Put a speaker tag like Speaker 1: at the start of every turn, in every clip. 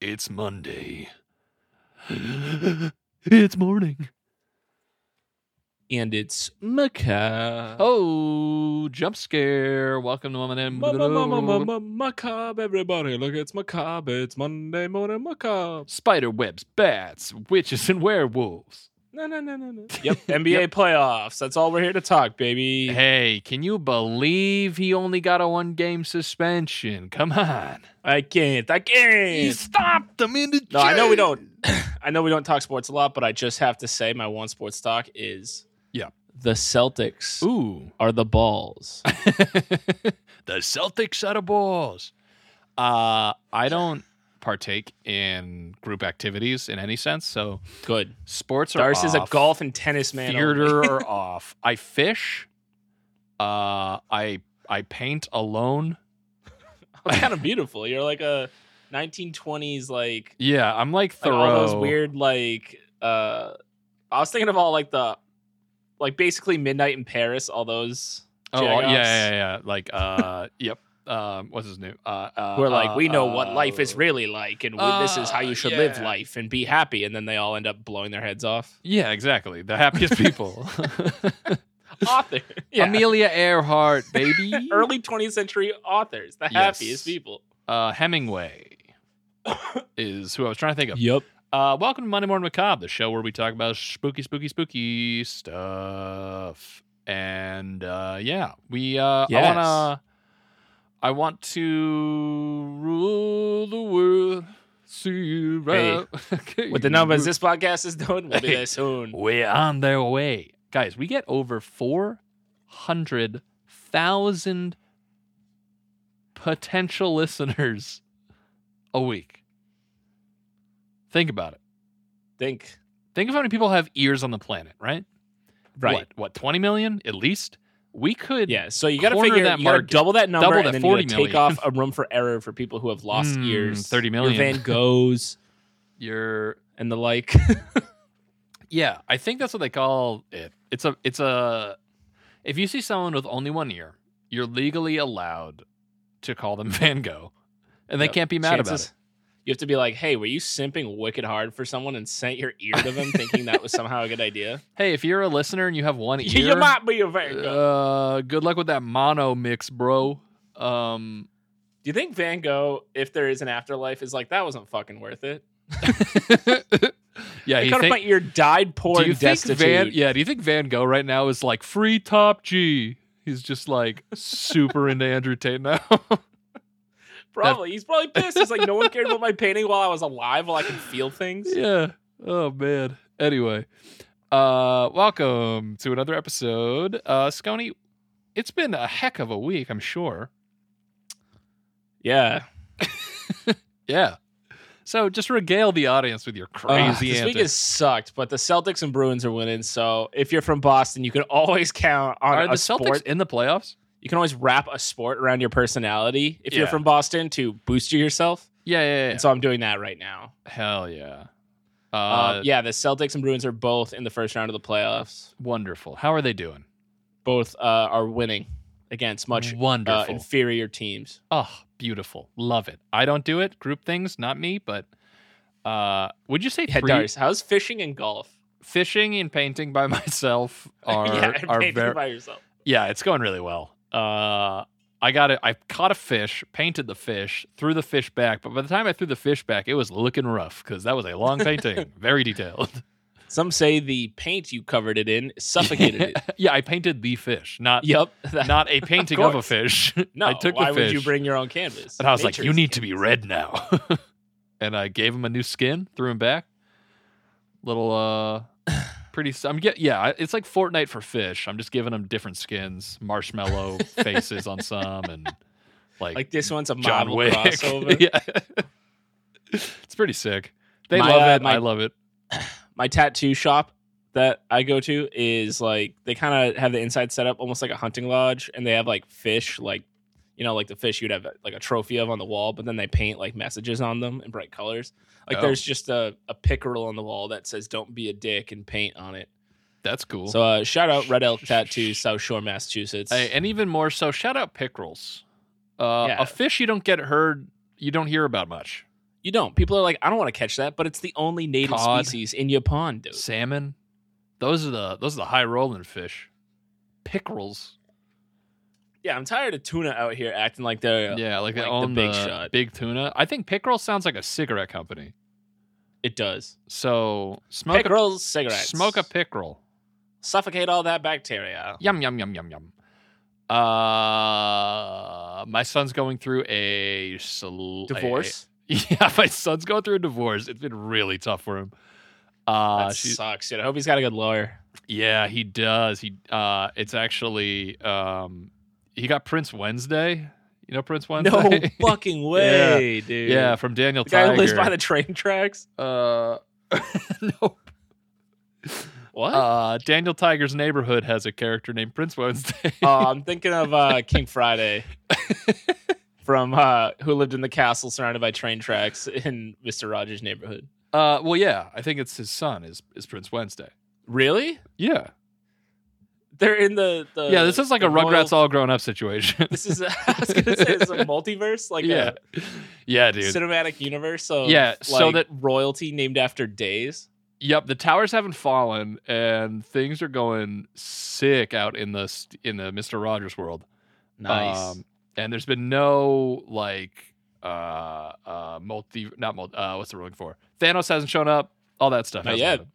Speaker 1: It's Monday. it's morning.
Speaker 2: and it's macabre.
Speaker 1: Oh, jump scare. Welcome to Mama and
Speaker 2: Ma- ma- ma- ma- ma- ma- macabre, everybody. Look, it's macabre. It's Monday morning macabre.
Speaker 1: Spider webs, bats, witches, and werewolves.
Speaker 2: No, no, no, no, no. Yep, NBA playoffs. That's all we're here to talk, baby.
Speaker 1: Hey, can you believe he only got a one game suspension? Come on.
Speaker 2: I can't. I
Speaker 1: He
Speaker 2: can't.
Speaker 1: stopped them in the
Speaker 2: No, I know we
Speaker 1: jail.
Speaker 2: don't. I know we don't talk sports a lot, but I just have to say my one sports talk is
Speaker 1: Yeah.
Speaker 2: the Celtics
Speaker 1: Ooh.
Speaker 2: are the balls.
Speaker 1: the Celtics out of balls. Uh, I don't partake in group activities in any sense. So
Speaker 2: Good.
Speaker 1: sports are
Speaker 2: Darce is a
Speaker 1: off.
Speaker 2: golf and tennis man. only.
Speaker 1: Theater are off. I fish. Uh, I I paint alone.
Speaker 2: That's kind of beautiful. You're like a 1920s like
Speaker 1: Yeah, I'm like
Speaker 2: like
Speaker 1: Thoreau.
Speaker 2: all those weird like uh I was thinking of all like the like basically midnight in Paris, all those
Speaker 1: Oh yeah,
Speaker 2: jag-offs
Speaker 1: yeah, yeah. Like uh, yep. Um, what's his name? Uh, uh,
Speaker 2: who are like,
Speaker 1: uh,
Speaker 2: we know what life is
Speaker 1: uh,
Speaker 2: really like, and we, this is how
Speaker 1: uh,
Speaker 2: you should live
Speaker 1: yeah.
Speaker 2: life and be happy. And then they all end up blowing their heads off.
Speaker 1: Yeah, exactly. The happiest people.
Speaker 2: Author, yeah.
Speaker 1: Amelia Earhart, baby.
Speaker 2: early 20th century authors, the
Speaker 1: Yes.
Speaker 2: happiest people.
Speaker 1: Uh, Hemingway is who I was trying to think of.
Speaker 2: Yep.
Speaker 1: Uh, welcome to Monday Morning Macabre, the show where we talk about spooky, spooky, spooky stuff. And uh, yeah, we. Uh, I
Speaker 2: Yes.
Speaker 1: want to. I want to rule the world. See you
Speaker 2: Hey,
Speaker 1: right. Okay.
Speaker 2: With the numbers this podcast is doing, we'll be
Speaker 1: Hey.
Speaker 2: there soon.
Speaker 1: We're on their way, guys. We get over four hundred thousand potential listeners a week. Think about it.
Speaker 2: Think
Speaker 1: Think of how many people have ears on the planet, right?
Speaker 2: right.
Speaker 1: What, what 20 million at least? We could.
Speaker 2: Yeah, so you got to
Speaker 1: corner
Speaker 2: figure
Speaker 1: that
Speaker 2: that you got to
Speaker 1: market.
Speaker 2: double that number
Speaker 1: Double that
Speaker 2: and then you gotta
Speaker 1: 40
Speaker 2: take
Speaker 1: million.
Speaker 2: off a room for error for people who have lost
Speaker 1: Mm,
Speaker 2: years.
Speaker 1: 30
Speaker 2: your
Speaker 1: million.
Speaker 2: Van Goghs
Speaker 1: You're.
Speaker 2: and the like.
Speaker 1: Yeah, I think that's what they call it. It's a. It's a. If you see someone with only one ear, you're legally allowed to call them Van Gogh, and they
Speaker 2: Yep.
Speaker 1: can't be mad
Speaker 2: Chances- You have to be like, "Hey, were you simping wicked hard for someone and sent your ear to them thinking that was somehow a good idea?"
Speaker 1: about it. Hey, if you're a listener and you have one ear,
Speaker 2: you might be a Van Gogh.
Speaker 1: Uh, good luck with that mono mix, bro. Um,
Speaker 2: Do you think Van Gogh, if there is an afterlife, is like that wasn't fucking worth it?
Speaker 1: yeah,
Speaker 2: I
Speaker 1: he
Speaker 2: cut off
Speaker 1: think-
Speaker 2: my ear, died poor,
Speaker 1: do you
Speaker 2: and
Speaker 1: think
Speaker 2: destitute.
Speaker 1: Van? Yeah, do you think Van Gogh right now is like free top G? He's just like super into Andrew Tate now.
Speaker 2: probably, he's probably pissed. He's like, no one cared about my painting while I was alive, while I could feel things.
Speaker 1: yeah. Oh man. Anyway, uh, welcome to another episode. Uh, Scony, it's been a heck of a week, I'm sure.
Speaker 2: yeah.
Speaker 1: Yeah. So just regale the audience with your
Speaker 2: Ugh,
Speaker 1: crazy
Speaker 2: this
Speaker 1: antics.
Speaker 2: week has sucked, but the Celtics and Bruins are winning. So if you're from Boston, you can always count on
Speaker 1: Are
Speaker 2: a
Speaker 1: the Celtics
Speaker 2: sport.
Speaker 1: in the playoffs?
Speaker 2: You can always wrap a sport around your personality if you're
Speaker 1: Yeah.
Speaker 2: from Boston to boost yourself.
Speaker 1: Yeah, yeah, yeah.
Speaker 2: And so I'm doing that right now.
Speaker 1: Hell yeah. Uh,
Speaker 2: Uh, yeah, the Celtics and Bruins are both in the first round of the playoffs.
Speaker 1: Wonderful. How are they doing?
Speaker 2: Both uh, are winning against much uh,
Speaker 1: wonderful.
Speaker 2: inferior teams.
Speaker 1: Oh, beautiful. Love it. I don't do it. Group things, not me, but uh would you say
Speaker 2: Yeah,
Speaker 1: three-
Speaker 2: Darius, how's fishing and golf?
Speaker 1: fishing and painting by myself are
Speaker 2: yeah, and
Speaker 1: are
Speaker 2: painting
Speaker 1: very
Speaker 2: by yourself.
Speaker 1: Yeah, it's going really well. Uh I got it. I caught a fish, painted the fish, threw the fish back, but by the time I threw the fish back, it was looking rough because that was a long painting, very detailed.
Speaker 2: Some say the paint you covered it in suffocated it.
Speaker 1: yeah, I painted the fish, not
Speaker 2: Yep.
Speaker 1: not a painting of, a
Speaker 2: course.
Speaker 1: fish.
Speaker 2: No,
Speaker 1: I took
Speaker 2: why
Speaker 1: the fish.
Speaker 2: would you bring your own canvas?
Speaker 1: And I was like,
Speaker 2: Nature's
Speaker 1: "You need to be
Speaker 2: canvas."
Speaker 1: red now." and I gave him a new skin, threw him back. Little uh pretty s- I'm get yeah, I- it's like Fortnite for fish. I'm just giving them different skins, marshmallow faces on some and like,
Speaker 2: Like this one's a
Speaker 1: John
Speaker 2: Marvel
Speaker 1: Wick.
Speaker 2: crossover.
Speaker 1: yeah. it's pretty sick. They
Speaker 2: My,
Speaker 1: love
Speaker 2: uh,
Speaker 1: it.
Speaker 2: my-
Speaker 1: I love it.
Speaker 2: My tattoo shop that I go to is like they kind of have the inside set up almost like a hunting lodge, and they have like fish, like you know, like the fish you'd have like a trophy of on the wall, but then they paint like messages on them in bright colors. Like
Speaker 1: Oh.
Speaker 2: there's just a, a pickerel on the wall that says "Don't be a dick" and paint on it.
Speaker 1: That's cool.
Speaker 2: So uh, shout out Red Elk Tattoo, South Shore, Massachusetts.
Speaker 1: Hey, and even more so, shout out pickerels. Uh,
Speaker 2: Yeah.
Speaker 1: A fish you don't get heard, you don't hear about much.
Speaker 2: You don't. People are like, I don't want to catch that, but it's the only native
Speaker 1: Cod.
Speaker 2: species in your pond, dude.
Speaker 1: salmon. Those are the those are the high rolling fish. Pickerels.
Speaker 2: Yeah, I'm tired of tuna out here acting like they're. uh,
Speaker 1: Yeah, like, they
Speaker 2: like the
Speaker 1: own the
Speaker 2: big
Speaker 1: big,
Speaker 2: shot.
Speaker 1: tuna. I think Pickerel sounds like a cigarette company.
Speaker 2: It does.
Speaker 1: So smoke
Speaker 2: Pick rolls, cigarettes.
Speaker 1: a smoke a pickerel.
Speaker 2: Suffocate all that bacteria.
Speaker 1: Yum yum yum yum yum. Uh, my son's going through a sol- a-
Speaker 2: Divorce.
Speaker 1: yeah, my son's going through a divorce. It's been really tough for him. Uh,
Speaker 2: that
Speaker 1: she-
Speaker 2: sucks, dude. I hope he's got a good lawyer.
Speaker 1: yeah, he does. He uh, it's actually um, he got Prince Wednesday. You know Prince Wednesday?
Speaker 2: No fucking way, dude.
Speaker 1: yeah, from Daniel
Speaker 2: The guy who lives
Speaker 1: Tiger.
Speaker 2: by the train tracks.
Speaker 1: Uh, no.
Speaker 2: What?
Speaker 1: Uh, Daniel Tiger's neighborhood has a character named Prince Wednesday.
Speaker 2: Oh, I'm thinking of uh, King Friday from uh, who lived in the castle surrounded by train tracks in Mister Rogers' neighborhood.
Speaker 1: Uh, well, yeah, I think it's his son is is Prince Wednesday.
Speaker 2: Really?
Speaker 1: Yeah,
Speaker 2: They're in the, the
Speaker 1: yeah. This is like a
Speaker 2: Uh, the royal-
Speaker 1: Rugrats all grown up situation.
Speaker 2: This is I was gonna say it's a multiverse, like
Speaker 1: yeah, yeah,
Speaker 2: a
Speaker 1: dude.
Speaker 2: cinematic universe. So
Speaker 1: Yeah, so that-
Speaker 2: royalty named after days.
Speaker 1: yep, the towers haven't fallen, and things are going sick out in the st- in the Mister Rogers world. Um, and there's been no like uh uh multi not multi uh what's the word I'm looking for? Thanos hasn't shown up. All that stuff.
Speaker 2: Not
Speaker 1: hasn't
Speaker 2: yet.
Speaker 1: happened.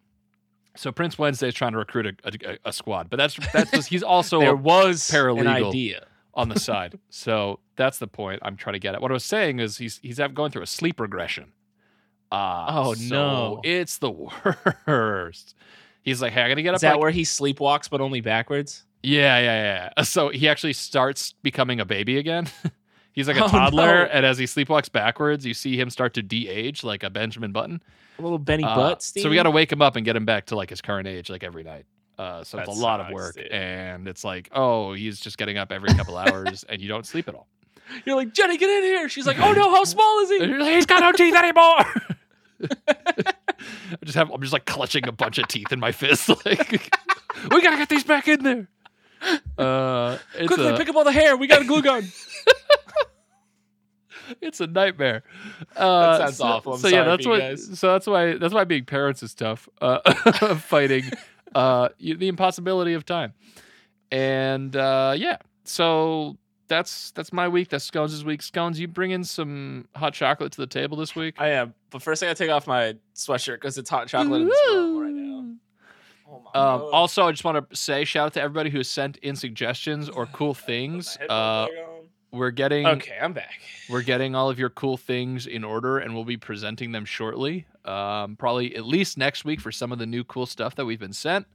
Speaker 1: So Prince Wednesday's trying to recruit a, a, a squad, but that's that's just, he's also
Speaker 2: there
Speaker 1: a
Speaker 2: was an
Speaker 1: paralegal.
Speaker 2: idea.
Speaker 1: on the side. so that's the point I'm trying to get at. What I was saying is he's he's have- going through a sleep regression. Uh,
Speaker 2: Oh,
Speaker 1: so
Speaker 2: no.
Speaker 1: it's the worst. He's like, hey, I gotta get up.
Speaker 2: Is that
Speaker 1: like-
Speaker 2: where he sleepwalks but only backwards?
Speaker 1: yeah, yeah, yeah. So he actually starts becoming a baby again. he's like a
Speaker 2: Oh,
Speaker 1: toddler,
Speaker 2: no.
Speaker 1: and as he sleepwalks backwards, you see him start to de-age like a Benjamin Button.
Speaker 2: A little Benny
Speaker 1: Uh,
Speaker 2: Butt.
Speaker 1: so we got to wake him up and get him back to like his current age, like every night. Uh, so
Speaker 2: That
Speaker 1: it's a lot of
Speaker 2: sucks,
Speaker 1: work,
Speaker 2: dude.
Speaker 1: and it's like, oh, he's just getting up every couple hours, and you don't sleep at all.
Speaker 2: You're like Jenny, get in here. She's like, oh no, how small is he?
Speaker 1: He's got no teeth anymore. I just have I'm just like clutching a bunch of teeth in my fist. Like we gotta get these back in there. Uh, it's
Speaker 2: Quickly
Speaker 1: a
Speaker 2: pick up all the hair. We got a glue gun.
Speaker 1: it's a nightmare. Uh,
Speaker 2: sounds
Speaker 1: so,
Speaker 2: awful. I'm
Speaker 1: so yeah,
Speaker 2: sorry for
Speaker 1: that's
Speaker 2: you
Speaker 1: why.
Speaker 2: guys.
Speaker 1: So that's why that's why being parents is tough. Uh, fighting uh, you- the impossibility of time, and uh, yeah. So that's that's my week. That's Scones' week. Scones, you bring in some hot chocolate to the table this week.
Speaker 2: I am, but first I gotta take off my sweatshirt because it's hot chocolate in this room right now. Oh my
Speaker 1: Um,
Speaker 2: God.
Speaker 1: also, I just want to say shout out to everybody who has sent in suggestions or cool things.
Speaker 2: Put my
Speaker 1: Uh,
Speaker 2: headphones back on.
Speaker 1: we're getting
Speaker 2: okay, I'm back.
Speaker 1: we're getting all of your cool things in order, and we'll be presenting them shortly. Um, probably at least next week for some of the new cool stuff that we've been sent.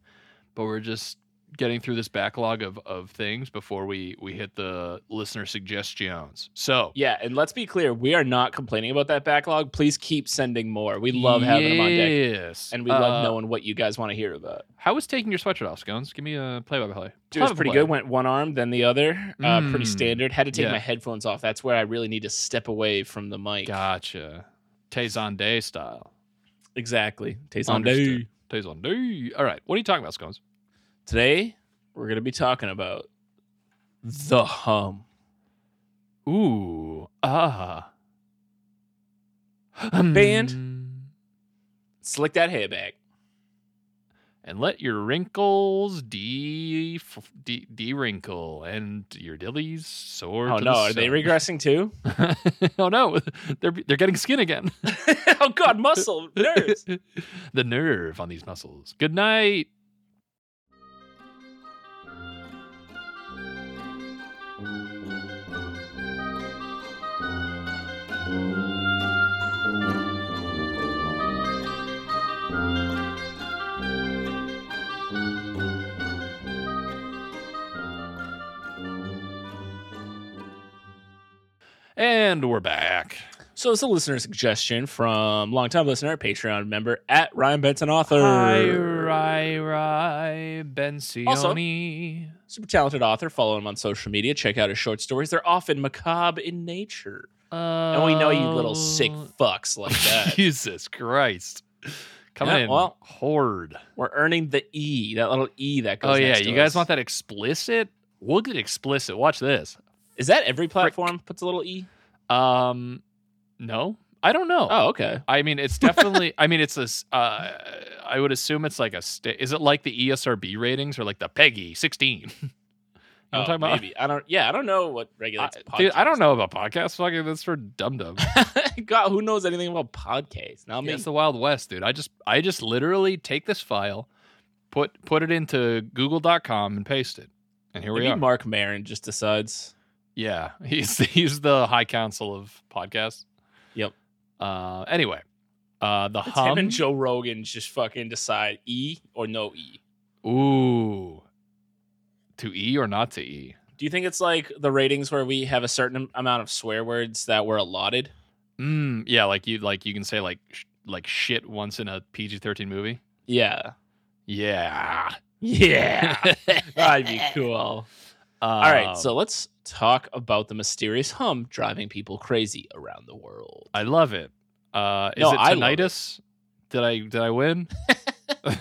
Speaker 1: But we're just getting through this backlog of of things before we we hit the listener suggestions. So
Speaker 2: Yeah, and let's be clear, we are not complaining about that backlog. Please keep sending more. We love having them on deck,
Speaker 1: Yes,
Speaker 2: and we
Speaker 1: Uh,
Speaker 2: love knowing what you guys want to hear about.
Speaker 1: How was taking your sweatshirt off, Scones? Give me a play by play.
Speaker 2: Dude, it was pretty good. Went one arm, then the other. Uh, pretty
Speaker 1: Mm.
Speaker 2: standard. Had to take
Speaker 1: Yeah.
Speaker 2: my headphones off. That's where I really need to step away from the mic.
Speaker 1: Gotcha. Tezon Day style.
Speaker 2: Exactly. Taste on
Speaker 1: Understood.
Speaker 2: day.
Speaker 1: Days on day. All right. What are you talking about, Scones?
Speaker 2: Today, we're gonna be talking about the hum.
Speaker 1: Ooh. Ah.
Speaker 2: Band.
Speaker 1: Hmm.
Speaker 2: Slick that hair back.
Speaker 1: And let your wrinkles de, f- de, de- wrinkle and your dillies soar.
Speaker 2: Oh
Speaker 1: to
Speaker 2: no,
Speaker 1: the
Speaker 2: are they
Speaker 1: sun.
Speaker 2: regressing too?
Speaker 1: oh no, they're they're getting skin again.
Speaker 2: oh god, muscle nerves.
Speaker 1: the nerve on these muscles. Good night. And we're back.
Speaker 2: So it's a listener suggestion from longtime listener, Patreon member at Ryan Benson author.
Speaker 1: Hi, Rai, Rai, Benzioni.
Speaker 2: Super talented author. Follow him on social media. Check out his short stories. They're often macabre in nature. And we know you little sick
Speaker 1: Um,
Speaker 2: fucks like that.
Speaker 1: Uh, Jesus Christ. Coming
Speaker 2: Yeah,
Speaker 1: in
Speaker 2: well-
Speaker 1: horde.
Speaker 2: We're earning the E, that little E that goes.
Speaker 1: Oh yeah,
Speaker 2: next
Speaker 1: you
Speaker 2: to
Speaker 1: guys
Speaker 2: us.
Speaker 1: want that explicit? We'll get explicit. Watch this.
Speaker 2: Is that every platform puts a little E?
Speaker 1: Um, no, I don't know.
Speaker 2: Oh, okay.
Speaker 1: I mean, it's definitely. I mean, it's this. Uh, I would assume it's like a. Sta- is it like the E ESRB ratings or like the PEGI 16? you know what I'm
Speaker 2: Oh,
Speaker 1: talking about?
Speaker 2: maybe. I don't. Yeah, I don't know what
Speaker 1: I,
Speaker 2: regulates. podcasts.
Speaker 1: dude, I don't know about podcasts. Fucking, that's for dum dum.
Speaker 2: God, who knows anything about podcasts? Now,
Speaker 1: It's the Wild West, dude. I just, I just literally take this file, put put it into Google.com and paste it, and here we
Speaker 2: maybe
Speaker 1: are.
Speaker 2: Mark Maron just decides.
Speaker 1: Yeah, he's he's the High Council of podcasts.
Speaker 2: Yep.
Speaker 1: Uh, anyway, uh, the
Speaker 2: It's
Speaker 1: hum.
Speaker 2: Him and Joe Rogan just fucking decide E or no E.
Speaker 1: Ooh, to E or not to E?
Speaker 2: Do you think it's like the ratings where we have a certain amount of swear words that were allotted?
Speaker 1: Mm, yeah, like you like you can say like sh- like shit once in a PG thirteen movie.
Speaker 2: Yeah.
Speaker 1: Yeah,
Speaker 2: Yeah. That'd be cool. All right, so
Speaker 1: Um,
Speaker 2: let's talk about the mysterious hum driving people crazy around the world.
Speaker 1: I love it. Uh, is
Speaker 2: No,
Speaker 1: it
Speaker 2: I love it.
Speaker 1: tinnitus? Did I did I win? Did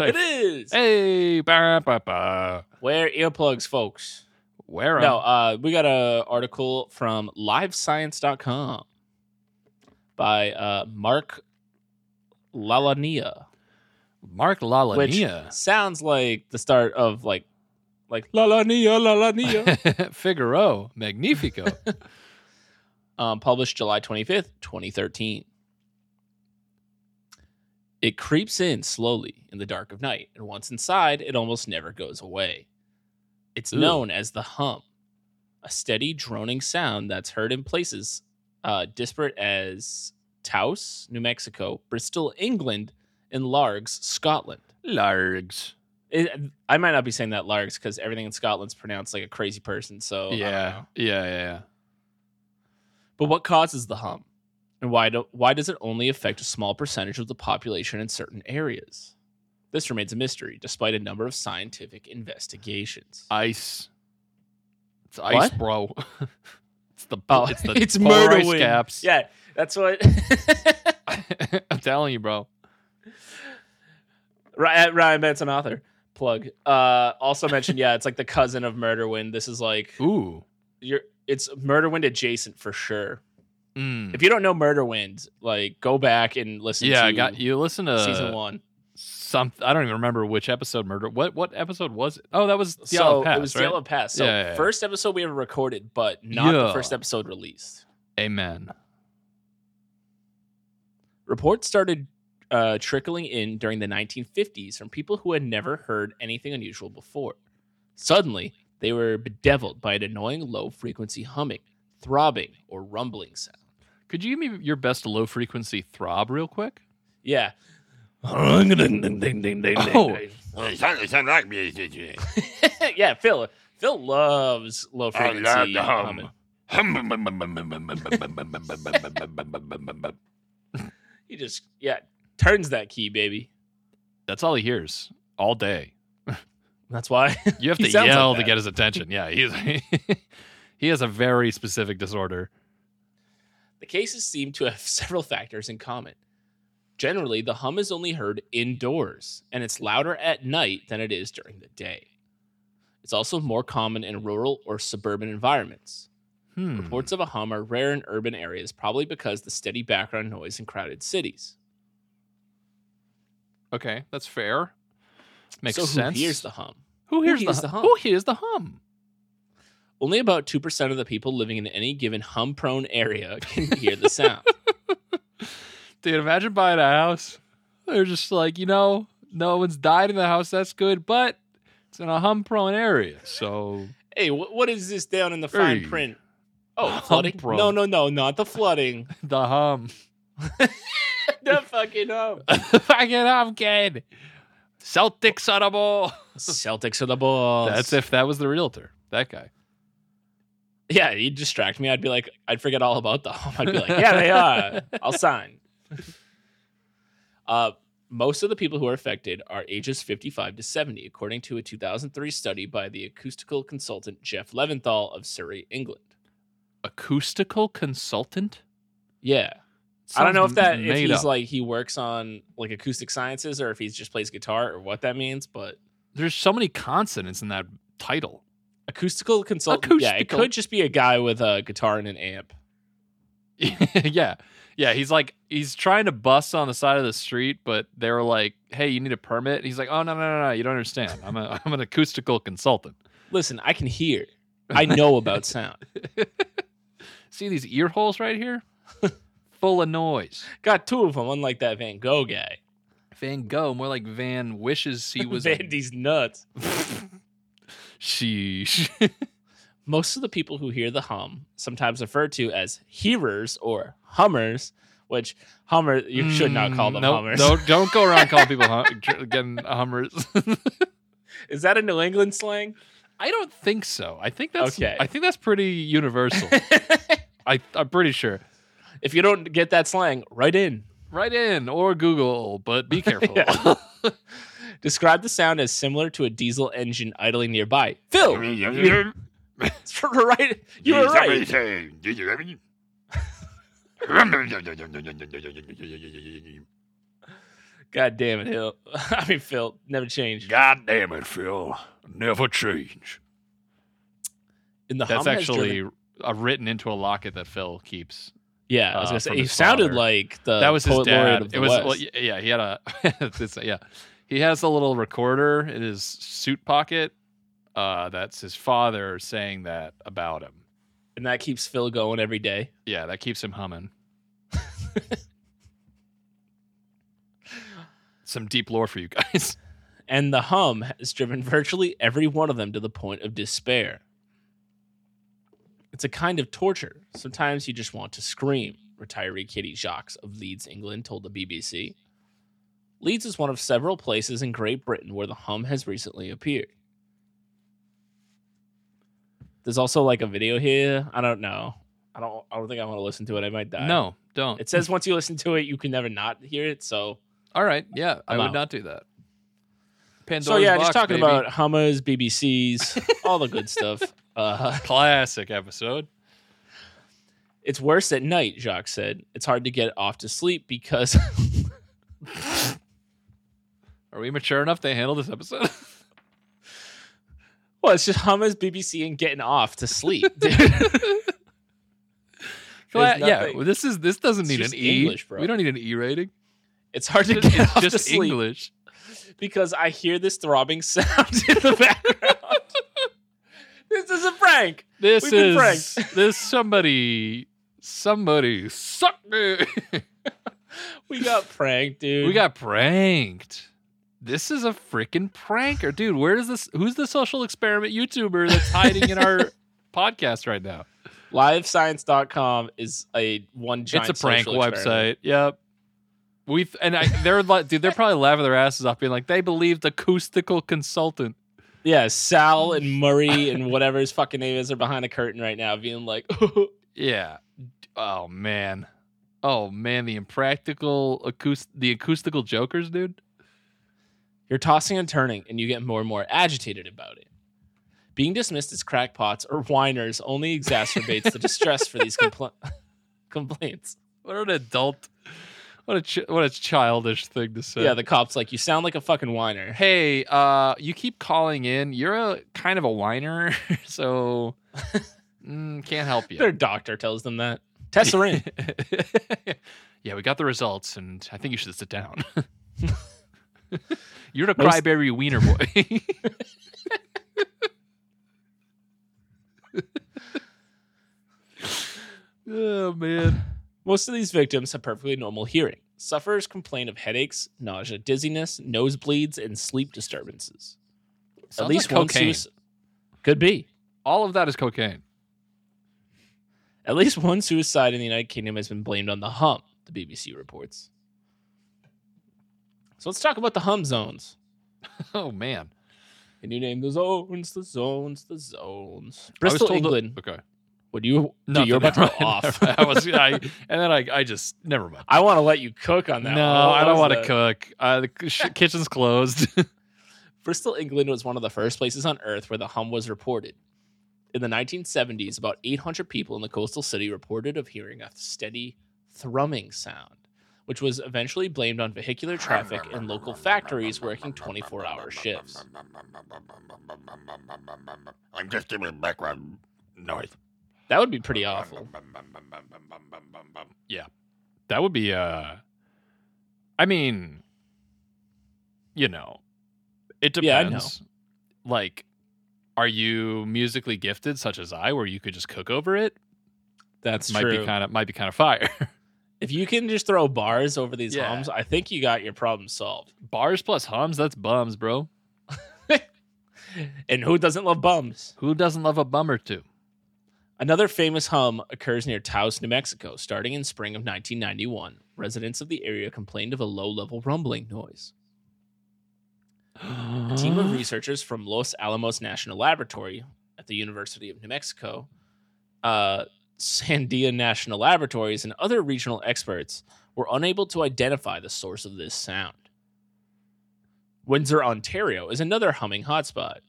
Speaker 1: I-
Speaker 2: It is.
Speaker 1: Hey, ba ba ba.
Speaker 2: Wear earplugs, folks.
Speaker 1: Where
Speaker 2: No, uh, we got a article from livescience.com by uh, Mark Lalania,
Speaker 1: Mark
Speaker 2: which
Speaker 1: Lalania.
Speaker 2: sounds like the start of like like Lalania, Lalania.
Speaker 1: Figaro, Magnifico.
Speaker 2: um, published July 25th, 2013. It creeps in slowly in the dark of night, and once inside, it almost never goes away. It's
Speaker 1: Ooh.
Speaker 2: known as the hum, a steady droning sound that's heard in places uh, disparate as Taos, New Mexico, Bristol, England, and Largs, Scotland.
Speaker 1: Largs.
Speaker 2: It, I might not be saying that Largs because everything in Scotland's pronounced like a crazy person. So Oh, I don't know.
Speaker 1: yeah, yeah, yeah, yeah.
Speaker 2: But what causes the hum? And why, do, why does it only affect a small percentage of the population in certain areas? This remains a mystery, despite a number of scientific investigations.
Speaker 1: Uh, Ice. It's ice,
Speaker 2: What?
Speaker 1: bro. it's the
Speaker 2: Oh,
Speaker 1: it's the
Speaker 2: it's
Speaker 1: polar ice
Speaker 2: murdering.
Speaker 1: caps.
Speaker 2: Yeah, that's what.
Speaker 1: I'm telling you, bro.
Speaker 2: Ryan, uh, Ryan Bennett's an author. Plug. Uh, also mentioned, yeah, it's like the cousin of Murderwind. This is like
Speaker 1: Ooh.
Speaker 2: you're. It's Murderwind adjacent for sure.
Speaker 1: Mm.
Speaker 2: If you don't know Murderwind, like go back and listen.
Speaker 1: Yeah,
Speaker 2: to
Speaker 1: I got you. Uh, Listen to
Speaker 2: season one.
Speaker 1: something. I don't even remember which episode murder. What what episode was it? Oh, that was the
Speaker 2: so
Speaker 1: Isle of Pass,
Speaker 2: it was
Speaker 1: right?
Speaker 2: Yellow Pass. So
Speaker 1: Yeah, yeah, yeah.
Speaker 2: first episode we ever recorded, but not the
Speaker 1: Yeah.
Speaker 2: first episode released.
Speaker 1: Amen.
Speaker 2: Reports started uh, trickling in during the 1950s from people who had never heard anything unusual before. Suddenly, they were bedeviled by an annoying low frequency humming, throbbing, or rumbling sound.
Speaker 1: Could you give me your best low frequency throb real quick?
Speaker 2: Yeah.
Speaker 1: Oh,
Speaker 3: Well, it sounds, it sounds like me. did you?
Speaker 2: yeah, Phil. Phil loves low
Speaker 3: I
Speaker 2: frequency
Speaker 3: love the
Speaker 2: humming.
Speaker 3: hum. Hum, bum, bum, bum, bum, bum, bum, bum, bum, bum, bum, bum, bum, bum, bum, bum, bum, bum.
Speaker 2: He just, yeah, turns that key, baby.
Speaker 1: that's all he hears all day.
Speaker 2: That's why.
Speaker 1: You have
Speaker 2: He
Speaker 1: to
Speaker 2: sounds like
Speaker 1: yell to
Speaker 2: that.
Speaker 1: get his attention. Yeah, he's he has a very specific disorder.
Speaker 2: The cases seem to have several factors in common. Generally, the hum is only heard indoors, and it's louder at night than it is during the day. It's also more common in rural or suburban environments.
Speaker 1: Hmm.
Speaker 2: Reports of a hum are rare in urban areas, probably because the steady background noise in crowded cities.
Speaker 1: Okay, that's fair. Makes
Speaker 2: so
Speaker 1: sense.
Speaker 2: Who hears the hum?
Speaker 1: who hears, the, hum? Who hears the hum?
Speaker 2: Only about 2% of the people living in any given hum prone area can hear the sound.
Speaker 1: Dude, imagine buying a house. They're just like, you know, no one's died in the house. That's good, but it's in a hum prone area. So
Speaker 2: hey, wh- what is this down in the fine
Speaker 1: Hey.
Speaker 2: print? Oh,
Speaker 1: Hum
Speaker 2: flooding?
Speaker 1: prone.
Speaker 2: No, no, no, not the flooding.
Speaker 1: the hum.
Speaker 2: the fucking hum.
Speaker 1: Fucking hum, kid. Celtics on a ball.
Speaker 2: Celtics are the balls.
Speaker 1: That's if that was the realtor. That guy.
Speaker 2: Yeah, you'd distract me. I'd be like, I'd forget all about them. I'd be like, yeah, they are. I'll sign. Uh, most of the people who are affected are ages 55 to 70, according to a 2003 study by the acoustical consultant Jeff Leventhal of Surrey, England.
Speaker 1: Acoustical consultant.
Speaker 2: Yeah. I don't know if
Speaker 1: Sounds
Speaker 2: that if
Speaker 1: made
Speaker 2: he's
Speaker 1: up.
Speaker 2: like he works on like acoustic sciences or if he just plays guitar or what that means, but
Speaker 1: there's so many consonants in that title.
Speaker 2: acoustical consultant. Yeah, it
Speaker 1: Acoustical.
Speaker 2: could just be a guy with a guitar and an amp.
Speaker 1: yeah. Yeah, he's like he's trying to bust on the side of the street, but they were like, "Hey, you need a permit." He's like, "Oh no, no, no, no, you don't understand. I'm a I'm an acoustical consultant.
Speaker 2: Listen, I can hear. I know about sound.
Speaker 1: See these ear holes right here, full of noise."
Speaker 2: Got two of them, unlike that Van Gogh guy.
Speaker 1: Van Gogh, more like Van wishes he was. a-
Speaker 2: Vandy's nuts.
Speaker 1: Sheesh.
Speaker 2: Most of the people who hear the hum, sometimes referred to as hearers or hummers, which hummer you should not call them
Speaker 1: no,
Speaker 2: hummers.
Speaker 1: Mm, Don't don't go around calling people hum- getting hummers.
Speaker 2: Is that a New England slang?
Speaker 1: I don't think so. I think that's
Speaker 2: Okay.
Speaker 1: I think that's pretty universal. I I'm pretty sure.
Speaker 2: if you don't get that slang, write in.
Speaker 1: Right in or Google, but be careful.
Speaker 2: Yeah. Describe the sound as similar to a diesel engine idling nearby. Phil, it's right. You were right. God damn it, Hill. I mean, Phil, never change.
Speaker 3: God damn it, Phil. Never change.
Speaker 2: In the
Speaker 1: That's
Speaker 2: hum has driven-
Speaker 1: actually uh, written into a locket that Phil keeps.
Speaker 2: yeah. I was
Speaker 1: uh,
Speaker 2: gonna say
Speaker 1: from
Speaker 2: he
Speaker 1: his
Speaker 2: sounded
Speaker 1: father.
Speaker 2: like the
Speaker 1: that was his
Speaker 2: poet laureate
Speaker 1: dad.
Speaker 2: of the
Speaker 1: It was
Speaker 2: West.
Speaker 1: well, y- yeah. He had a it's- yeah. He has a little recorder in his suit pocket. Uh, that's his father saying that about him.
Speaker 2: and that keeps Phil going every day.
Speaker 1: Yeah, that keeps him humming. Some deep lore for you guys.
Speaker 2: And the hum has driven virtually every one of them to the point of despair. It's a kind of torture. Sometimes you just want to scream, retiree Kitty Jacques of Leeds, England, told the BBC. Leeds is one of several places in Great Britain where the hum has recently appeared. There's also like a video here. I don't know. I don't I don't think I want to listen to it. I might die.
Speaker 1: No, don't.
Speaker 2: It says once you listen to it, you can never not hear it. So,
Speaker 1: All right. Yeah, i
Speaker 2: I'm
Speaker 1: would
Speaker 2: out.
Speaker 1: not do that. Pandora's
Speaker 2: so yeah, just
Speaker 1: box,
Speaker 2: talking
Speaker 1: baby.
Speaker 2: about Hummers, BBCs, all the good stuff. Uh,
Speaker 1: classic episode.
Speaker 2: it's worse at night, Jacques said. It's hard to get off to sleep because
Speaker 1: Are we mature enough to handle this episode?
Speaker 2: well, it's just Hummers, BBC, and getting off to sleep. dude.
Speaker 1: Cla- yeah,
Speaker 2: nothing.
Speaker 1: well, this is this doesn't
Speaker 2: It's
Speaker 1: need an
Speaker 2: just
Speaker 1: E.
Speaker 2: English, bro.
Speaker 1: We don't need an E rating.
Speaker 2: it's hard to
Speaker 1: It's
Speaker 2: get
Speaker 1: just,
Speaker 2: off to
Speaker 1: just
Speaker 2: sleep
Speaker 1: English.
Speaker 2: because I hear this throbbing sound in the background. this is a prank.
Speaker 1: This
Speaker 2: We've been
Speaker 1: is this somebody somebody suck me.
Speaker 2: We got pranked, dude.
Speaker 1: we got pranked. This is a freaking pranker, dude. Where is this? Who's the social experiment YouTuber that's hiding in our podcast right now?
Speaker 2: livescience.com is a one giant
Speaker 1: it's a prank
Speaker 2: social experiment.
Speaker 1: website. Yep. We've and I, they're like, dude, they're probably laughing their asses off, being like, they believed acoustical consultant.
Speaker 2: Yeah, Sal and Murray and whatever his fucking name is are behind a curtain right now, being like,
Speaker 1: Yeah. D- Oh man. Oh man, the impractical acoust- the acoustical jokers, dude.
Speaker 2: "You're tossing and turning, and you get more and more agitated about it." Being dismissed as crackpots or whiners only exacerbates the distress for these compl- complaints.
Speaker 1: What an adult. What a ch- what a childish thing to say.
Speaker 2: yeah, the cops like, "You sound like a fucking whiner."
Speaker 1: hey, uh, you keep calling in. You're a kind of a whiner, so mm, can't help you.
Speaker 2: Their doctor tells them that. Tesserin.
Speaker 1: yeah, we got the results, and I think you should sit down. You're a
Speaker 2: Most-
Speaker 1: cryberry wiener boy. oh man.
Speaker 2: Most of these victims have perfectly normal hearing. Sufferers complain of headaches, nausea, dizziness, nosebleeds, and sleep disturbances. At least one
Speaker 1: cocaine.
Speaker 2: suicide could be.
Speaker 1: All of that is cocaine.
Speaker 2: At least one suicide in the United Kingdom has been blamed on the hum, the BBC reports. So let's talk about the hum zones.
Speaker 1: Oh man.
Speaker 2: Can you name the zones, the zones, the zones?
Speaker 1: I was
Speaker 2: Bristol,
Speaker 1: told to-
Speaker 2: England.
Speaker 1: okay.
Speaker 2: would you? No,
Speaker 1: Nothing,
Speaker 2: you're about to
Speaker 1: never
Speaker 2: go
Speaker 1: mind,
Speaker 2: off.
Speaker 1: never mind. I was. I, and then I. I just. Never mind.
Speaker 2: I want to let you cook on
Speaker 1: No,
Speaker 2: that.
Speaker 1: I don't want to
Speaker 2: cook.
Speaker 1: cook. Uh, the k- sh- kitchen's closed.
Speaker 2: Bristol, England was one of the first places on Earth where the hum was reported. In the 1970s, about 800 people in the coastal city reported of hearing a steady thrumming sound, which was eventually blamed on vehicular traffic and local factories working 24 hour shifts.
Speaker 3: I'm just doing background noise.
Speaker 2: That would be pretty awful.
Speaker 1: Yeah. That would be uh I mean you know it depends.
Speaker 2: Yeah, I know.
Speaker 1: Like are you musically gifted such as I where you could just cook over it?
Speaker 2: That's
Speaker 1: might
Speaker 2: true.
Speaker 1: be kind of might be kind of fire.
Speaker 2: if you can just throw bars over these
Speaker 1: Yeah.
Speaker 2: hums, I think you got your problem solved.
Speaker 1: Bars plus hums, that's bums, bro.
Speaker 2: And who doesn't love bums?
Speaker 1: Who doesn't love a bum or two?
Speaker 2: Another famous hum occurs near Taos, New Mexico, starting in spring of 1991. Residents of the area complained of a low level rumbling noise. A team of researchers from Los Alamos National Laboratory at the University of New Mexico, uh, Sandia National Laboratories, and other regional experts were unable to identify the source of this sound. Windsor, Ontario is another humming hotspot.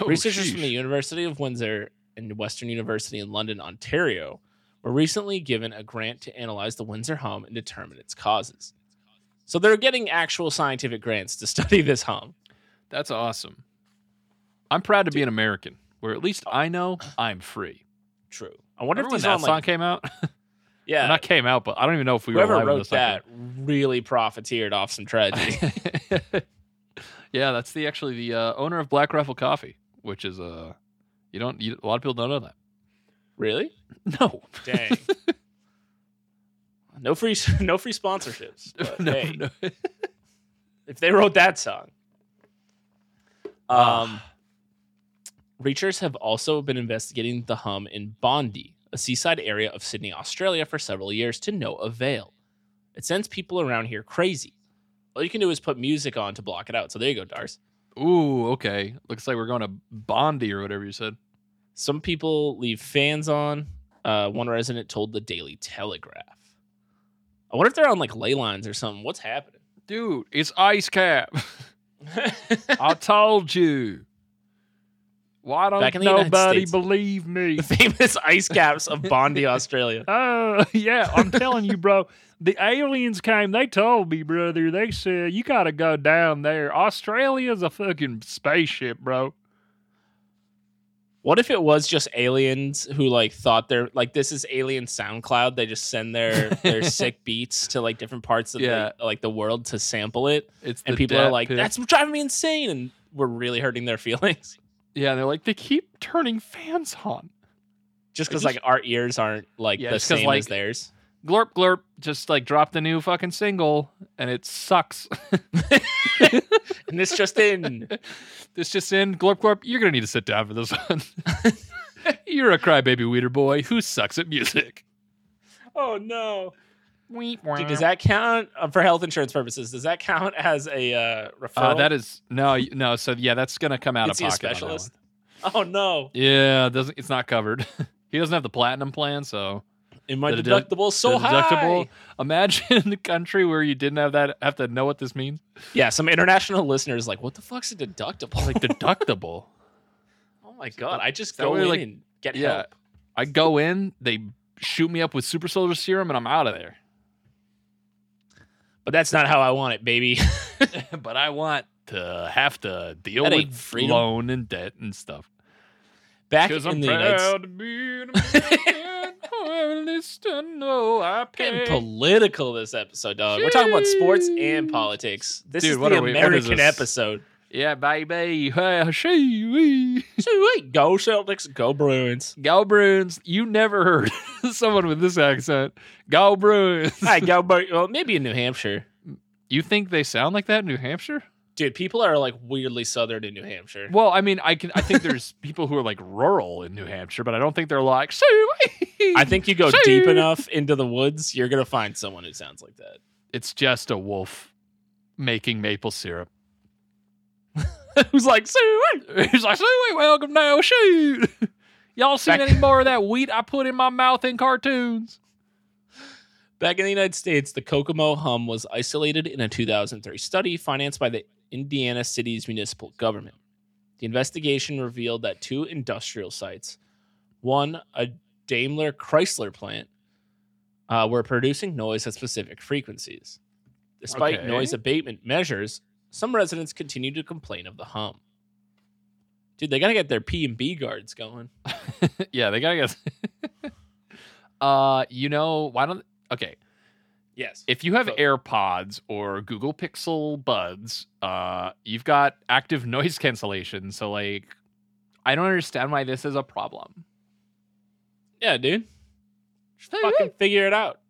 Speaker 1: Oh,
Speaker 2: Researchers from
Speaker 1: sheesh.
Speaker 2: the University of Windsor and Western University in London, Ontario, were recently given a grant to analyze the Windsor hum and determine its causes. So they're getting actual scientific grants to study this hum.
Speaker 1: That's awesome. I'm proud to be an American, where at least I know I'm free.
Speaker 2: True. I wonder
Speaker 1: Remember when
Speaker 2: if these are
Speaker 1: that
Speaker 2: on,
Speaker 1: song
Speaker 2: like,
Speaker 1: came out?
Speaker 2: yeah,
Speaker 1: Not came out, but I don't even know if we were
Speaker 2: whoever
Speaker 1: alive when
Speaker 2: wrote
Speaker 1: this
Speaker 2: that
Speaker 1: happened.
Speaker 2: really profiteered off some tragedy.
Speaker 1: yeah, that's the actually the uh, owner of Black Rifle Coffee, which is uh, you don't you, a lot of people don't know that.
Speaker 2: really?
Speaker 1: No,
Speaker 2: Dang. no free, no free sponsorships. but
Speaker 1: no,
Speaker 2: hey,
Speaker 1: no.
Speaker 2: if they wrote that song. Um,
Speaker 1: Ah.
Speaker 2: researchers have also been investigating the hum in Bondi, a seaside area of Sydney, Australia, for several years to no avail. It sends people around here crazy. All you can do is put music on to block it out. So there you go, Dars.
Speaker 1: Ooh, okay. Looks like we're going to Bondi or whatever you said.
Speaker 2: Some people leave fans on. Uh, one resident told the Daily Telegraph. I wonder if they're on like ley lines or something. What's happening?
Speaker 1: Dude, it's Ice Cap. I told you. Why don't
Speaker 2: Back in the United
Speaker 1: nobody
Speaker 2: States.
Speaker 1: believe me?
Speaker 2: the famous ice caps of Bondi, Australia.
Speaker 1: Oh, yeah, I'm telling you, bro. The aliens came. They told me, brother. They said, you got to go down there. Australia's a fucking spaceship, bro.
Speaker 2: What if it was just aliens who like thought they're like this is alien SoundCloud? They just send their their sick beats to like different parts of
Speaker 1: Yeah.
Speaker 2: the, like the world to sample it,
Speaker 1: It's
Speaker 2: and
Speaker 1: the
Speaker 2: people are
Speaker 1: dat
Speaker 2: like,
Speaker 1: pit.
Speaker 2: "That's driving me insane," and we're really hurting their feelings
Speaker 1: Yeah, and they're like, they keep turning fans on.
Speaker 2: just
Speaker 1: It
Speaker 2: because
Speaker 1: just-
Speaker 2: like our ears aren't like
Speaker 1: Yeah,
Speaker 2: the
Speaker 1: just 'cause,
Speaker 2: same
Speaker 1: like-
Speaker 2: as theirs.
Speaker 1: Glorp, glorp, just like dropped the new fucking single, and it sucks.
Speaker 2: And this just in,
Speaker 1: this just in, glorp, glorp, you're going to need to sit down for this one. you're a crybaby weeder boy who sucks at music.
Speaker 2: oh no, Dude,
Speaker 1: Does
Speaker 2: does that count uh, for health insurance purposes? Does that count as a uh, referral?
Speaker 1: Uh, that is no, y- no. So yeah, that's gonna come out
Speaker 2: You
Speaker 1: of
Speaker 2: see a
Speaker 1: pocket. on that
Speaker 2: specialist. Oh no,
Speaker 1: one. Yeah, it doesn't it's not covered. he doesn't have the platinum plan, so
Speaker 2: and my
Speaker 1: The deduct-
Speaker 2: deductible so
Speaker 1: the
Speaker 2: high.
Speaker 1: deductible. Imagine the country where you didn't have that. Have to know what this means.
Speaker 2: Yeah, some international listeners like, what the fuck's a deductible?
Speaker 1: Like deductible.
Speaker 2: oh my god, I just
Speaker 1: that
Speaker 2: go
Speaker 1: way,
Speaker 2: in
Speaker 1: like-
Speaker 2: and get
Speaker 1: yeah.
Speaker 2: help.
Speaker 1: I go in, they shoot me up with super soldier serum, and I'm out of there.
Speaker 2: But that's not how I want it, baby.
Speaker 1: but I want to have to deal
Speaker 2: That ain't
Speaker 1: with
Speaker 2: freedom.
Speaker 1: loan and debt and stuff.
Speaker 2: Back in
Speaker 1: Because I'm
Speaker 2: the United States,
Speaker 1: proud to be an American. I used to know I
Speaker 2: getting
Speaker 1: paid.
Speaker 2: political this episode, dog. We're talking about sports and politics. This
Speaker 1: Dude,
Speaker 2: is
Speaker 1: what
Speaker 2: the
Speaker 1: are we- what is
Speaker 2: American
Speaker 1: this?
Speaker 2: episode.
Speaker 1: Yeah, baby. Hey, she, we.
Speaker 2: So wait, go Celtics, go Bruins.
Speaker 1: Go Bruins. You never heard someone with this accent. Go Bruins.
Speaker 2: I go, but well, maybe in New Hampshire,
Speaker 1: You think they sound like that in New Hampshire?
Speaker 2: dude. People are like weirdly southern in New Hampshire.
Speaker 1: Well, I mean, I can. I think there's people who are like rural in New Hampshire, but I don't think they're like. "Shoo, wee."
Speaker 2: I think you go
Speaker 1: Sure.
Speaker 2: deep enough into the woods, you're gonna find someone who sounds like that.
Speaker 1: it's just a wolf making maple syrup.
Speaker 2: Who's like, so
Speaker 1: He's like, "Shoo, wee, welcome now, shoot." Y'all seen
Speaker 2: Back-
Speaker 1: any more of that wheat I put in my mouth in cartoons?
Speaker 2: Back in the United States, the Kokomo hum was isolated in a 2003 study financed by the Indiana City's municipal government. The investigation revealed that two industrial sites, one a Daimler Chrysler plant, uh, were producing noise at specific frequencies. Despite
Speaker 1: Okay.
Speaker 2: noise abatement measures, some residents continue to complain of the hum. Dude, they gotta get their P and B guards going.
Speaker 1: yeah, they gotta guess. uh, you know, why don't? Okay,
Speaker 2: Yes.
Speaker 1: If you have
Speaker 2: Totally.
Speaker 1: AirPods or Google Pixel Buds, uh, you've got active noise cancellation. So, like, I don't understand why this is a problem.
Speaker 2: yeah, dude. Just fucking figure it out.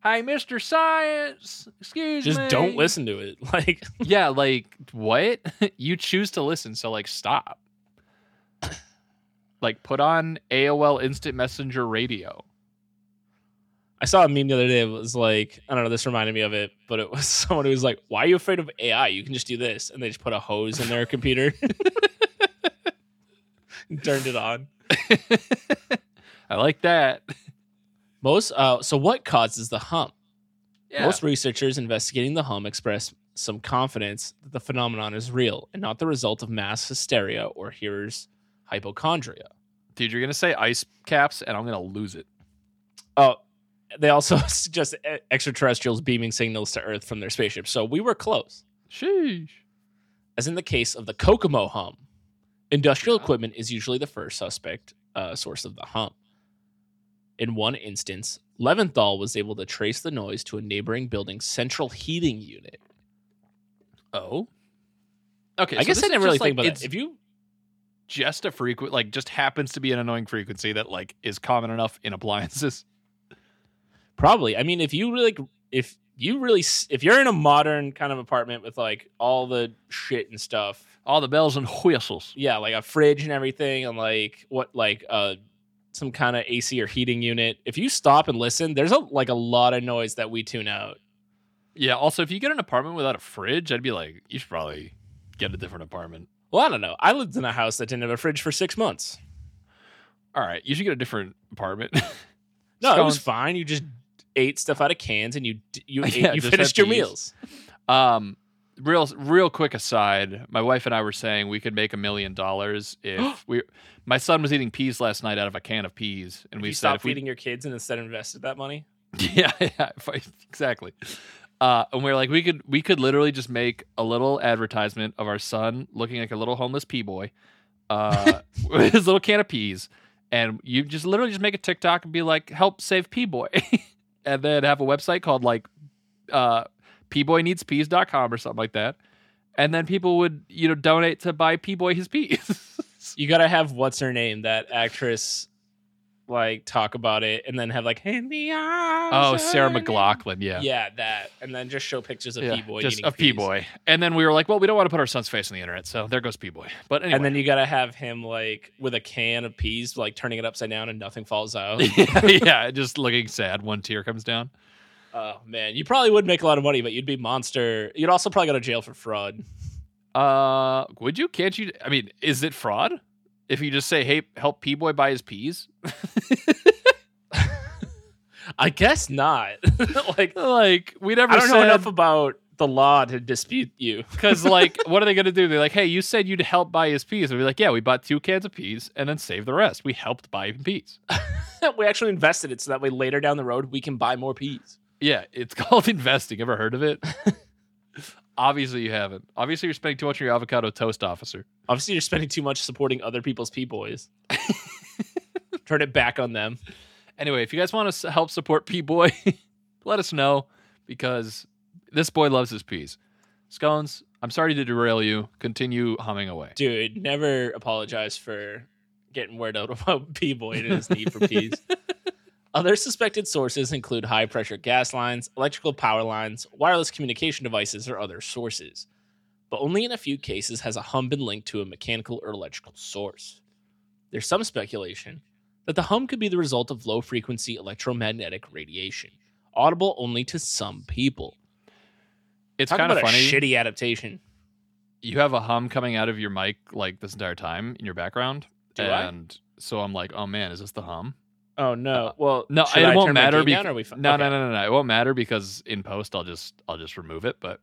Speaker 1: Hi, Mr. Science. Excuse
Speaker 2: Just
Speaker 1: me.
Speaker 2: don't listen to it. Like,
Speaker 1: Yeah, like, what? you choose to listen. So, like, stop. like, put on AOL Instant Messenger radio.
Speaker 2: I saw a meme the other day. It was like, I don't know. This reminded me of it, but it was someone who was like, "Why are you afraid of AI? You can just do this." And they just put a hose in their computer, and turned it on.
Speaker 1: I like that.
Speaker 2: Most. Uh, so, what causes the hump?
Speaker 1: Yeah.
Speaker 2: Most researchers investigating the hum express some confidence that the phenomenon is real and not the result of mass hysteria or hearers' hypochondria.
Speaker 1: Dude, you're going to say ice caps, and I'm going to lose it.
Speaker 2: Oh, they also suggest e- extraterrestrials beaming signals to Earth from their spaceship. So we were close.
Speaker 1: Sheesh.
Speaker 2: As in the case of the Kokomo hum, industrial
Speaker 1: Yeah.
Speaker 2: equipment is usually the first suspect uh, source of the hum. In one instance, Leventhal was able to trace the noise to a neighboring building's central heating unit.
Speaker 1: Oh. Okay.
Speaker 2: I guess I didn't really think about
Speaker 1: it's
Speaker 2: that. If you
Speaker 1: just a frequent, like, just happens to be an annoying frequency that like is common enough in appliances.
Speaker 2: Probably. I mean, if you really, if you really, s- if you're in a modern kind of apartment with like all the shit and stuff,
Speaker 1: All the bells and whistles.
Speaker 2: yeah, like a fridge and everything, and like what, like uh, some kind of AC or heating unit. If you stop and listen, there's a like a lot of noise that we tune out.
Speaker 1: Yeah. Also, if you get an apartment without a fridge, I'd be like, you should probably get a different apartment.
Speaker 2: Well, I don't know. I lived in a house that didn't have a fridge for six months.
Speaker 1: All right, you should get a different apartment.
Speaker 2: No,
Speaker 1: Just
Speaker 2: it was
Speaker 1: going-
Speaker 2: fine. You just ate stuff out of cans and you d- you ate,
Speaker 1: Yeah,
Speaker 2: you
Speaker 1: just
Speaker 2: finished your
Speaker 1: empties.
Speaker 2: meals.
Speaker 1: Um, real real quick aside, my wife and I were saying we could make a million dollars if we. My son was eating peas last night out of a can of peas, and
Speaker 2: If
Speaker 1: we
Speaker 2: you
Speaker 1: said
Speaker 2: stopped
Speaker 1: if we
Speaker 2: feeding your kids and instead invested that money.
Speaker 1: yeah, yeah, if- exactly. Uh, and we are like, we could we could literally just make a little advertisement of our son looking like a little homeless pea boy, uh, with his little can of peas, and you just literally just make a TikTok and be like, help save pea boy, and then have a website called like, uh, peaboyneedspeas.com or something like that, and then people would you know donate to buy pea boy his peas.
Speaker 2: you gotta have what's her name that actress like talk about it and then have like in the eyes
Speaker 1: oh,
Speaker 2: of
Speaker 1: Sarah
Speaker 2: an
Speaker 1: McLaughlin,
Speaker 2: angel."
Speaker 1: yeah.
Speaker 2: yeah that and then just show pictures of
Speaker 1: Yeah,
Speaker 2: p-boy
Speaker 1: just
Speaker 2: eating
Speaker 1: a
Speaker 2: peas.
Speaker 1: p-boy and then we were like well we don't want to put our son's face on the internet so there goes p-boy but anyway
Speaker 2: and then you gotta have him like with a can of peas like turning it upside down and nothing falls out
Speaker 1: yeah, yeah, just looking sad one tear comes down
Speaker 2: oh man you probably would make a lot of money but you'd be monster you'd also probably go to jail for fraud
Speaker 1: uh would you can't you i mean is it fraud if you just say hey help p-boy buy his peas
Speaker 2: i guess not like
Speaker 1: like we never
Speaker 2: i don't know
Speaker 1: said-
Speaker 2: enough about the law to dispute you
Speaker 1: Because like, what are they gonna do? They're like, "Hey, you said you'd help buy his peas." We'd be like, "Yeah, we bought two cans of peas and then saved the rest. We helped buy him peas."
Speaker 2: we actually invested it so that way later down the road we can buy more peas
Speaker 1: Yeah, it's called investing. Ever heard of it? Obviously, you haven't. Obviously, you're spending too much on your avocado toast, officer.
Speaker 2: Obviously, you're spending too much supporting other people's p boys. Turn it back on them.
Speaker 1: Anyway, if you guys want to s- help support P Boy, let us know because this boy loves his peas. Scones, I'm sorry to derail you. Continue humming away.
Speaker 2: Dude, never apologize for getting word out about p boy and his need for peas. Other suspected sources include high pressure gas lines, electrical power lines, wireless communication devices, or other sources. But only in a few cases has a hum been linked to a mechanical or electrical source. There's some speculation that the hum could be the result of low frequency electromagnetic radiation, audible only to some people.
Speaker 1: It's
Speaker 2: Talk
Speaker 1: kind of
Speaker 2: about
Speaker 1: funny.
Speaker 2: A shitty adaptation.
Speaker 1: you have a hum coming out of your mic like this entire time in your background,
Speaker 2: Do I?
Speaker 1: and so I'm like, oh man, is this the hum?
Speaker 2: Oh no. well,
Speaker 1: no,
Speaker 2: should
Speaker 1: it
Speaker 2: I
Speaker 1: won't
Speaker 2: turn my
Speaker 1: matter
Speaker 2: game
Speaker 1: bec-
Speaker 2: down, or are we fi-
Speaker 1: No,
Speaker 2: okay.
Speaker 1: no, no, no, no. It won't matter because in post I'll just I'll just remove it. But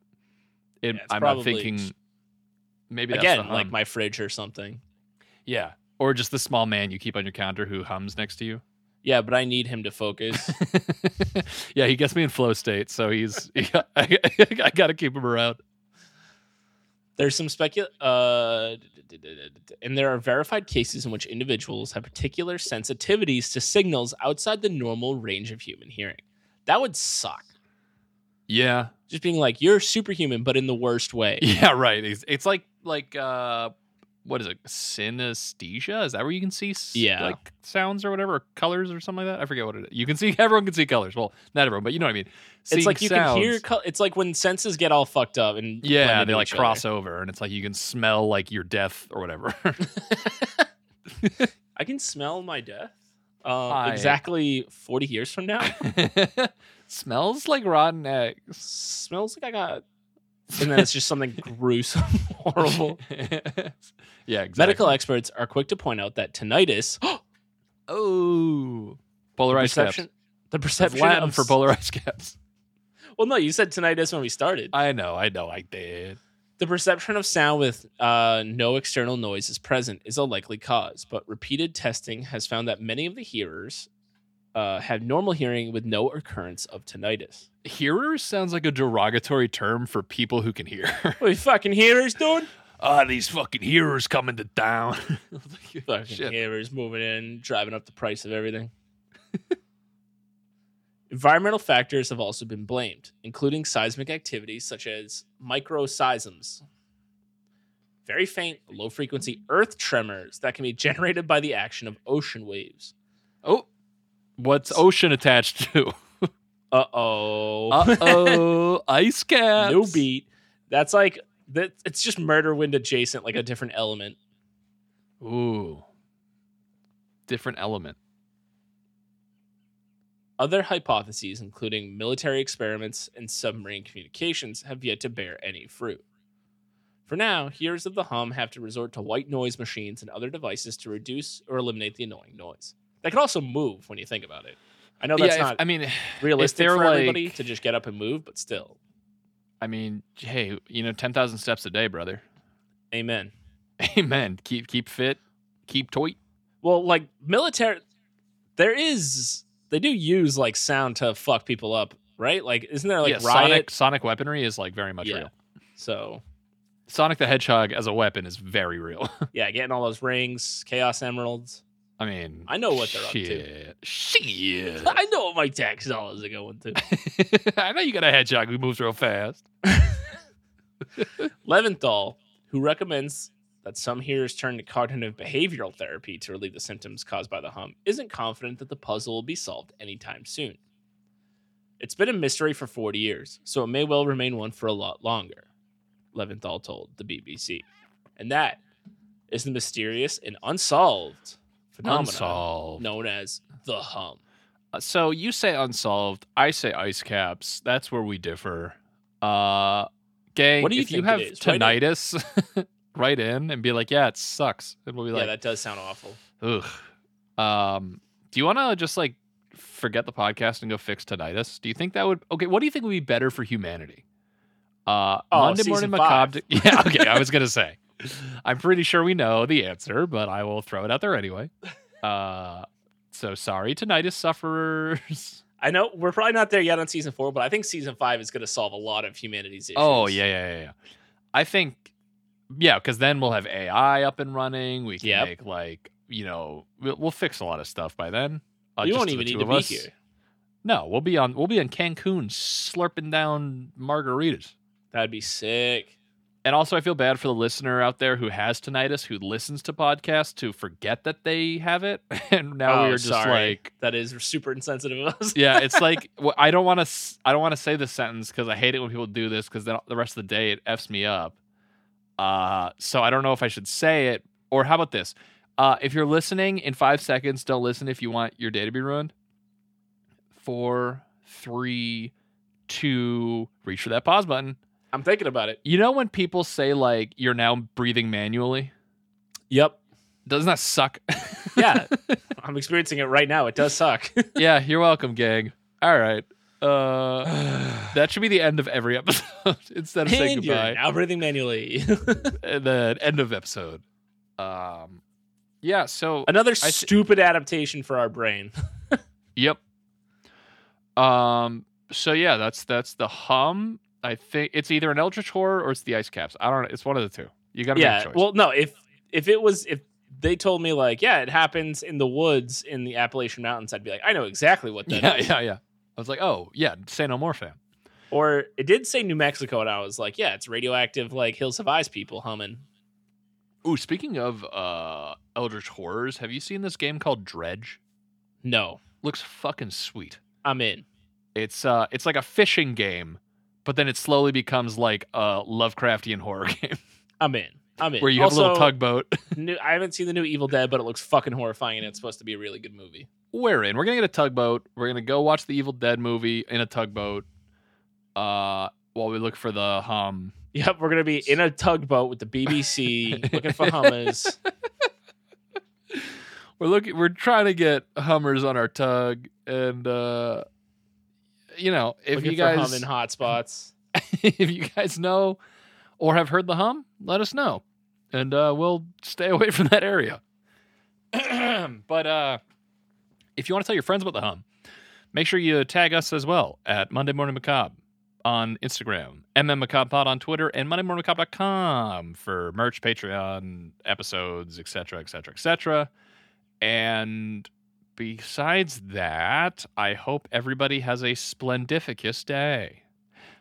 Speaker 1: it,
Speaker 2: Yeah, it's
Speaker 1: I'm
Speaker 2: probably-
Speaker 1: thinking maybe that's the
Speaker 2: Again, like
Speaker 1: hum.
Speaker 2: my fridge or something.
Speaker 1: yeah, or just the small man you keep on your counter who hums next to you.
Speaker 2: Yeah, but I need him to focus.
Speaker 1: yeah, he gets me in flow state, so he's I, I gotta keep him around.
Speaker 2: There's some specul uh, d- d- d- d- d- and there are verified cases in which individuals have particular sensitivities to signals outside the normal range of human hearing. That would suck.
Speaker 1: Yeah.
Speaker 2: Just being like, you're superhuman, but in the worst way.
Speaker 1: Yeah, right. It's, it's like like uh what is it? Synesthesia? Is that where you can see s-
Speaker 2: Yeah.
Speaker 1: like sounds or whatever, or colors or something like that? I forget what it is. You can see everyone can see colors. Well, not everyone, but you know what I mean.
Speaker 2: it's
Speaker 1: Seeing
Speaker 2: like you
Speaker 1: sounds-
Speaker 2: can hear. Co- it's like when senses get all fucked up and blend
Speaker 1: Yeah,
Speaker 2: into
Speaker 1: they like
Speaker 2: each other.
Speaker 1: cross over and it's like you can smell like your death or whatever.
Speaker 2: I can smell my death.
Speaker 1: Hi.
Speaker 2: Um, exactly forty years from now,
Speaker 1: Smells like rotten eggs.
Speaker 2: smells like I got. And then it's just something gruesome, horrible.
Speaker 1: yeah, exactly.
Speaker 2: Medical experts are quick to point out that tinnitus,
Speaker 1: Oh. Polarized
Speaker 2: perception,
Speaker 1: caps.
Speaker 2: the
Speaker 1: That's
Speaker 2: perception
Speaker 1: Latin
Speaker 2: of
Speaker 1: for
Speaker 2: s-
Speaker 1: polarized caps.
Speaker 2: Well, no, you said tinnitus when we started.
Speaker 1: I know, I know, I did.
Speaker 2: The perception of sound with uh, no external noise is present is a likely cause, but repeated testing has found that many of the hearers uh, have normal hearing with no occurrence of tinnitus.
Speaker 1: Hearers sounds like a derogatory term for people who can hear.
Speaker 2: We fucking hearers, dude.
Speaker 1: Ah, these fucking hearers coming to town.
Speaker 2: Fucking
Speaker 1: Shit.
Speaker 2: hearers moving in, driving up the price of everything. Environmental factors have also been blamed, including seismic activity such as microseisms, very faint, low frequency earth tremors that can be generated by the action of ocean waves.
Speaker 1: Oh, what's ocean attached to?
Speaker 2: Uh oh.
Speaker 1: Uh oh, ice caps.
Speaker 2: no beat. That's like that. It's just murder wind adjacent, like a different element.
Speaker 1: Ooh, different element.
Speaker 2: Other hypotheses, including military experiments and submarine communications, have yet to bear any fruit. For now, hearers of the hum have to resort to white noise machines and other devices to reduce or eliminate the annoying noise. That can also move when you think about it. I know that's
Speaker 1: yeah, if-
Speaker 2: not
Speaker 1: I mean,
Speaker 2: realistic
Speaker 1: they're
Speaker 2: for everybody
Speaker 1: like-
Speaker 2: to just get up and move, but still,
Speaker 1: I mean, hey, you know, ten thousand steps a day, brother.
Speaker 2: amen.
Speaker 1: Amen. Keep keep fit, keep tight.
Speaker 2: Well, like military, there is they do use like sound to fuck people up, right? Like, isn't there like
Speaker 1: yeah,
Speaker 2: riot?
Speaker 1: sonic sonic weaponry is like very much
Speaker 2: Yeah.
Speaker 1: real.
Speaker 2: So
Speaker 1: Sonic the Hedgehog as a weapon is very real.
Speaker 2: yeah, getting all those rings, chaos emeralds.
Speaker 1: I mean,
Speaker 2: I know what they're
Speaker 1: up to. Shit.
Speaker 2: I know what my tax dollars are going to.
Speaker 1: I know you got a hedgehog who moves real fast.
Speaker 2: Leventhal, who recommends that some hearers turn to cognitive behavioral therapy to relieve the symptoms caused by the hum, isn't confident that the puzzle will be solved anytime soon. It's been a mystery for 40 years, so it may well remain one for a lot longer, Leventhal told the BBC. And that is the mysterious and unsolved phenomenon
Speaker 1: Unsolved.
Speaker 2: known as the hum.
Speaker 1: Uh, So you say unsolved. I say ice caps. That's where we differ. Uh, gang,
Speaker 2: What do you
Speaker 1: if you
Speaker 2: think
Speaker 1: have
Speaker 2: it is? Write in.
Speaker 1: tinnitus, write in and be like, yeah, it sucks. And we'll be
Speaker 2: yeah,
Speaker 1: like,
Speaker 2: that does sound awful.
Speaker 1: ugh. Um, do you want to just like forget the podcast and go fix tinnitus? Do you think that would, okay, what do you think would be better for humanity? Uh,
Speaker 2: Oh,
Speaker 1: Monday
Speaker 2: season
Speaker 1: morning
Speaker 2: five.
Speaker 1: macabre. Yeah, okay, I was going to say. I'm pretty sure we know the answer, but I will throw it out there anyway. Uh, so sorry, tinnitus sufferers.
Speaker 2: I know we're probably not there yet on season four, but I think season five is going to solve a lot of humanity's issues.
Speaker 1: Oh yeah, yeah, yeah, yeah. I think yeah, because then we'll have AI up and running. We can
Speaker 2: Yep.
Speaker 1: make like you know we'll, we'll fix a lot of stuff by then. Uh,
Speaker 2: you
Speaker 1: just
Speaker 2: won't
Speaker 1: the
Speaker 2: even
Speaker 1: two
Speaker 2: need to
Speaker 1: of
Speaker 2: be
Speaker 1: us.
Speaker 2: here.
Speaker 1: No, we'll be on we'll be in Cancun slurping down margaritas.
Speaker 2: That'd be sick.
Speaker 1: And also, I feel bad for the listener out there who has tinnitus, who listens to podcasts, to forget that they have it, and now
Speaker 2: Oh,
Speaker 1: we are just
Speaker 2: sorry.
Speaker 1: like,
Speaker 2: That is super insensitive of us.
Speaker 1: yeah, it's like wh- I don't want to. I don't want to say this sentence because I hate it when people do this because then the rest of the day it f's me up. Uh, so I don't know if I should say it or how about this? Uh, if you're listening in five seconds, don't listen if you want your day to be ruined. Four, three, two, reach for that pause button.
Speaker 2: I'm thinking about it.
Speaker 1: You know when people say like you're now breathing manually?
Speaker 2: Yep.
Speaker 1: Doesn't that suck?
Speaker 2: Yeah. I'm experiencing it right now. It does suck.
Speaker 1: yeah. You're welcome, gang. All right. Uh. That should be the end of every episode instead of saying
Speaker 2: And you're
Speaker 1: goodbye.
Speaker 2: now breathing manually.
Speaker 1: And then end of episode. Um, yeah. So
Speaker 2: Another
Speaker 1: see-
Speaker 2: stupid adaptation for our brain.
Speaker 1: yep. Um. So yeah, that's that's the hum. I think it's either an eldritch horror or it's the ice caps. I don't know. It's one of the two. You got to make
Speaker 2: Yeah.
Speaker 1: a choice.
Speaker 2: Well, no, if if it was if they told me like, yeah, it happens in the woods in the Appalachian Mountains, I'd be like, I know exactly what that is.
Speaker 1: yeah, yeah, yeah. I was like, oh yeah, say no more, fam.
Speaker 2: Or it did say New Mexico, and I was like, yeah, it's radioactive, like Hills Have Eyes people humming.
Speaker 1: Ooh, speaking of uh, Eldritch horrors, have you seen this game called Dredge?
Speaker 2: No,
Speaker 1: Looks fucking sweet.
Speaker 2: I'm in.
Speaker 1: It's uh, it's like a fishing game, but then it slowly becomes like a Lovecraftian horror game
Speaker 2: I'm in. I'm in.
Speaker 1: where you have
Speaker 2: also,
Speaker 1: a little tugboat.
Speaker 2: new- I haven't seen the new Evil Dead, but it looks fucking horrifying, and it's supposed to be a really good movie.
Speaker 1: we're in. We're gonna get a tugboat. We're gonna go watch the Evil Dead movie in a tugboat. Uh, while we look for the hum.
Speaker 2: Yep, we're gonna be in a tugboat with the BBC looking for hummus.
Speaker 1: We're looking. We're trying to get Hummers on our tug, and uh, you know, if
Speaker 2: looking
Speaker 1: you
Speaker 2: for
Speaker 1: guys
Speaker 2: hum in hot spots.
Speaker 1: if you guys know or have heard the hum, let us know, and uh, we'll stay away from that area. but uh, if you want to tell your friends about the hum, make sure you tag us as well at Monday Morning Macabre on Instagram, MM Macabre Pod on Twitter, and MondayMorningMacabre.com for merch, Patreon episodes, etc., etc., etc. And besides that, I hope everybody has a splendificus day.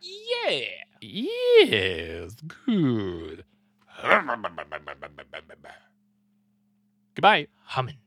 Speaker 2: Yeah.
Speaker 1: Yes, good. Goodbye.
Speaker 2: Humming.